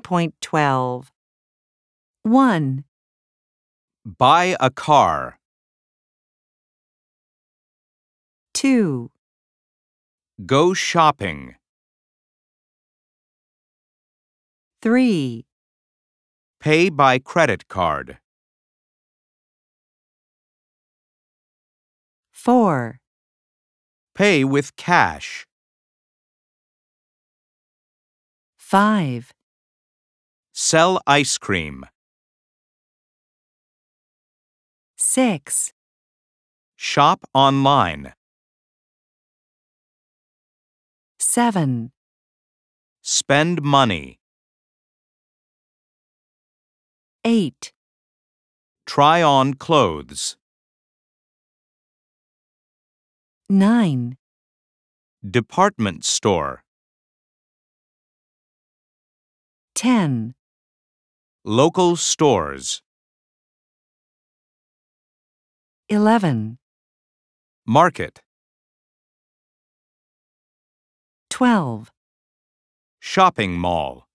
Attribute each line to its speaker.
Speaker 1: 9.12. 1,
Speaker 2: Buy a car.
Speaker 1: 2,
Speaker 2: Go shopping.
Speaker 1: 3,
Speaker 2: Pay by credit card.
Speaker 1: 4,
Speaker 2: Pay with cash.
Speaker 1: 5,
Speaker 2: Sell ice cream.
Speaker 1: 6,
Speaker 2: Shop online.
Speaker 1: 7,
Speaker 2: Spend money.
Speaker 1: 8,
Speaker 2: Try on clothes.
Speaker 1: 9,
Speaker 2: Department store.
Speaker 1: 10.
Speaker 2: Local stores.
Speaker 1: 11,
Speaker 2: Market.
Speaker 1: 12.
Speaker 2: Shopping mall.